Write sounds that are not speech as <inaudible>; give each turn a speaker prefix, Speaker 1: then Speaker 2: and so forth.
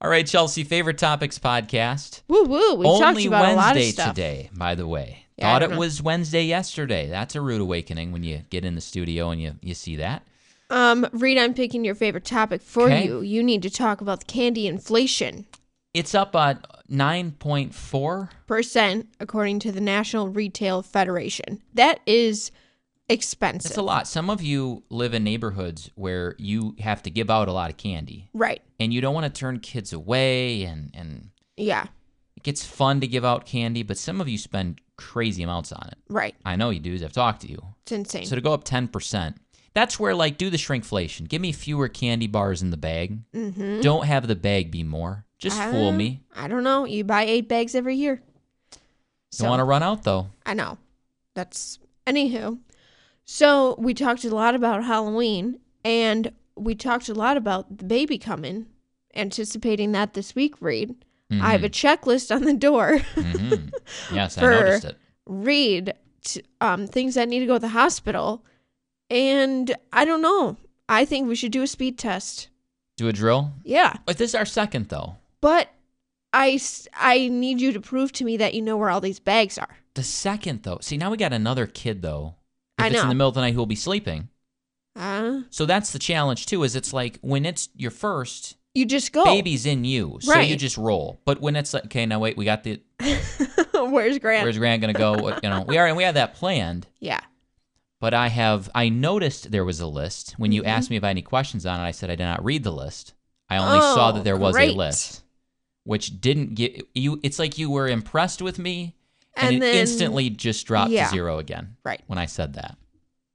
Speaker 1: All right, Chelsea, favorite topics podcast.
Speaker 2: Woo woo. We talked
Speaker 1: Only
Speaker 2: about
Speaker 1: Wednesday
Speaker 2: a lot of stuff.
Speaker 1: today, by the way.
Speaker 2: Yeah, I
Speaker 1: Thought
Speaker 2: don't
Speaker 1: it
Speaker 2: know.
Speaker 1: was Wednesday yesterday. That's a rude awakening when you get in the studio and you, you see that.
Speaker 2: Um, Reed, I'm picking your favorite topic for
Speaker 1: Okay.
Speaker 2: you. You need to talk about the candy inflation
Speaker 1: It's up at 9.4.
Speaker 2: percent according to the National Retail Federation. That is expensive.
Speaker 1: It's a lot. Some of you live in neighborhoods where you have to give out a lot of candy
Speaker 2: Right.
Speaker 1: and you don't want to turn kids away and, and
Speaker 2: Yeah.
Speaker 1: it gets fun to give out candy, but some of you spend crazy amounts on it.
Speaker 2: Right.
Speaker 1: I know you do 'cause I've talked to you.
Speaker 2: It's insane.
Speaker 1: So to go up 10%, that's where like do the shrinkflation. Give me fewer candy bars in the bag.
Speaker 2: mm-hmm. Ah. Uh,
Speaker 1: Don't have the bag be more. Just fool me.
Speaker 2: I don't know. You buy eight bags every year. So
Speaker 1: Don't want to run out though.
Speaker 2: I know. That's anywho. So we talked a lot about Halloween and we talked a lot about the baby coming. Anticipating that this week, Reed. I have a checklist on the door. <laughs>
Speaker 1: Mhm. Mm-hmm. Yes,
Speaker 2: For-
Speaker 1: I noticed it.
Speaker 2: read t- um, things that need to go to the hospital. And I don't know. I think we should do a speed test.
Speaker 1: Do a drill.
Speaker 2: Yeah.
Speaker 1: But this is our second though.
Speaker 2: But I, s- I need you to prove to me that you know where all these bags are.
Speaker 1: The second though. See, now we got another kid though. If
Speaker 2: I
Speaker 1: it's in
Speaker 2: know.
Speaker 1: the middle of the night who will be sleeping.
Speaker 2: Uh,
Speaker 1: So that's the challenge too is it's like when it's your first
Speaker 2: you just go.
Speaker 1: baby's in you. So you
Speaker 2: Oh. Right.
Speaker 1: just roll. But when it's like okay, now wait, we got the
Speaker 2: <laughs> Where's Grant?
Speaker 1: where's Grant going to go? What- you know, we are and we had that planned.
Speaker 2: yeah.
Speaker 1: but I have I noticed there was a list. When you
Speaker 2: Mhm.
Speaker 1: asked me if I had any questions on it, I said I did not read the list. I only saw
Speaker 2: Oh,
Speaker 1: that there was a
Speaker 2: great.
Speaker 1: list, which didn't get you. It's like you were impressed with me, and,
Speaker 2: And
Speaker 1: it
Speaker 2: then-
Speaker 1: instantly just dropped
Speaker 2: yeah.
Speaker 1: to zero again
Speaker 2: Right.
Speaker 1: when I said that.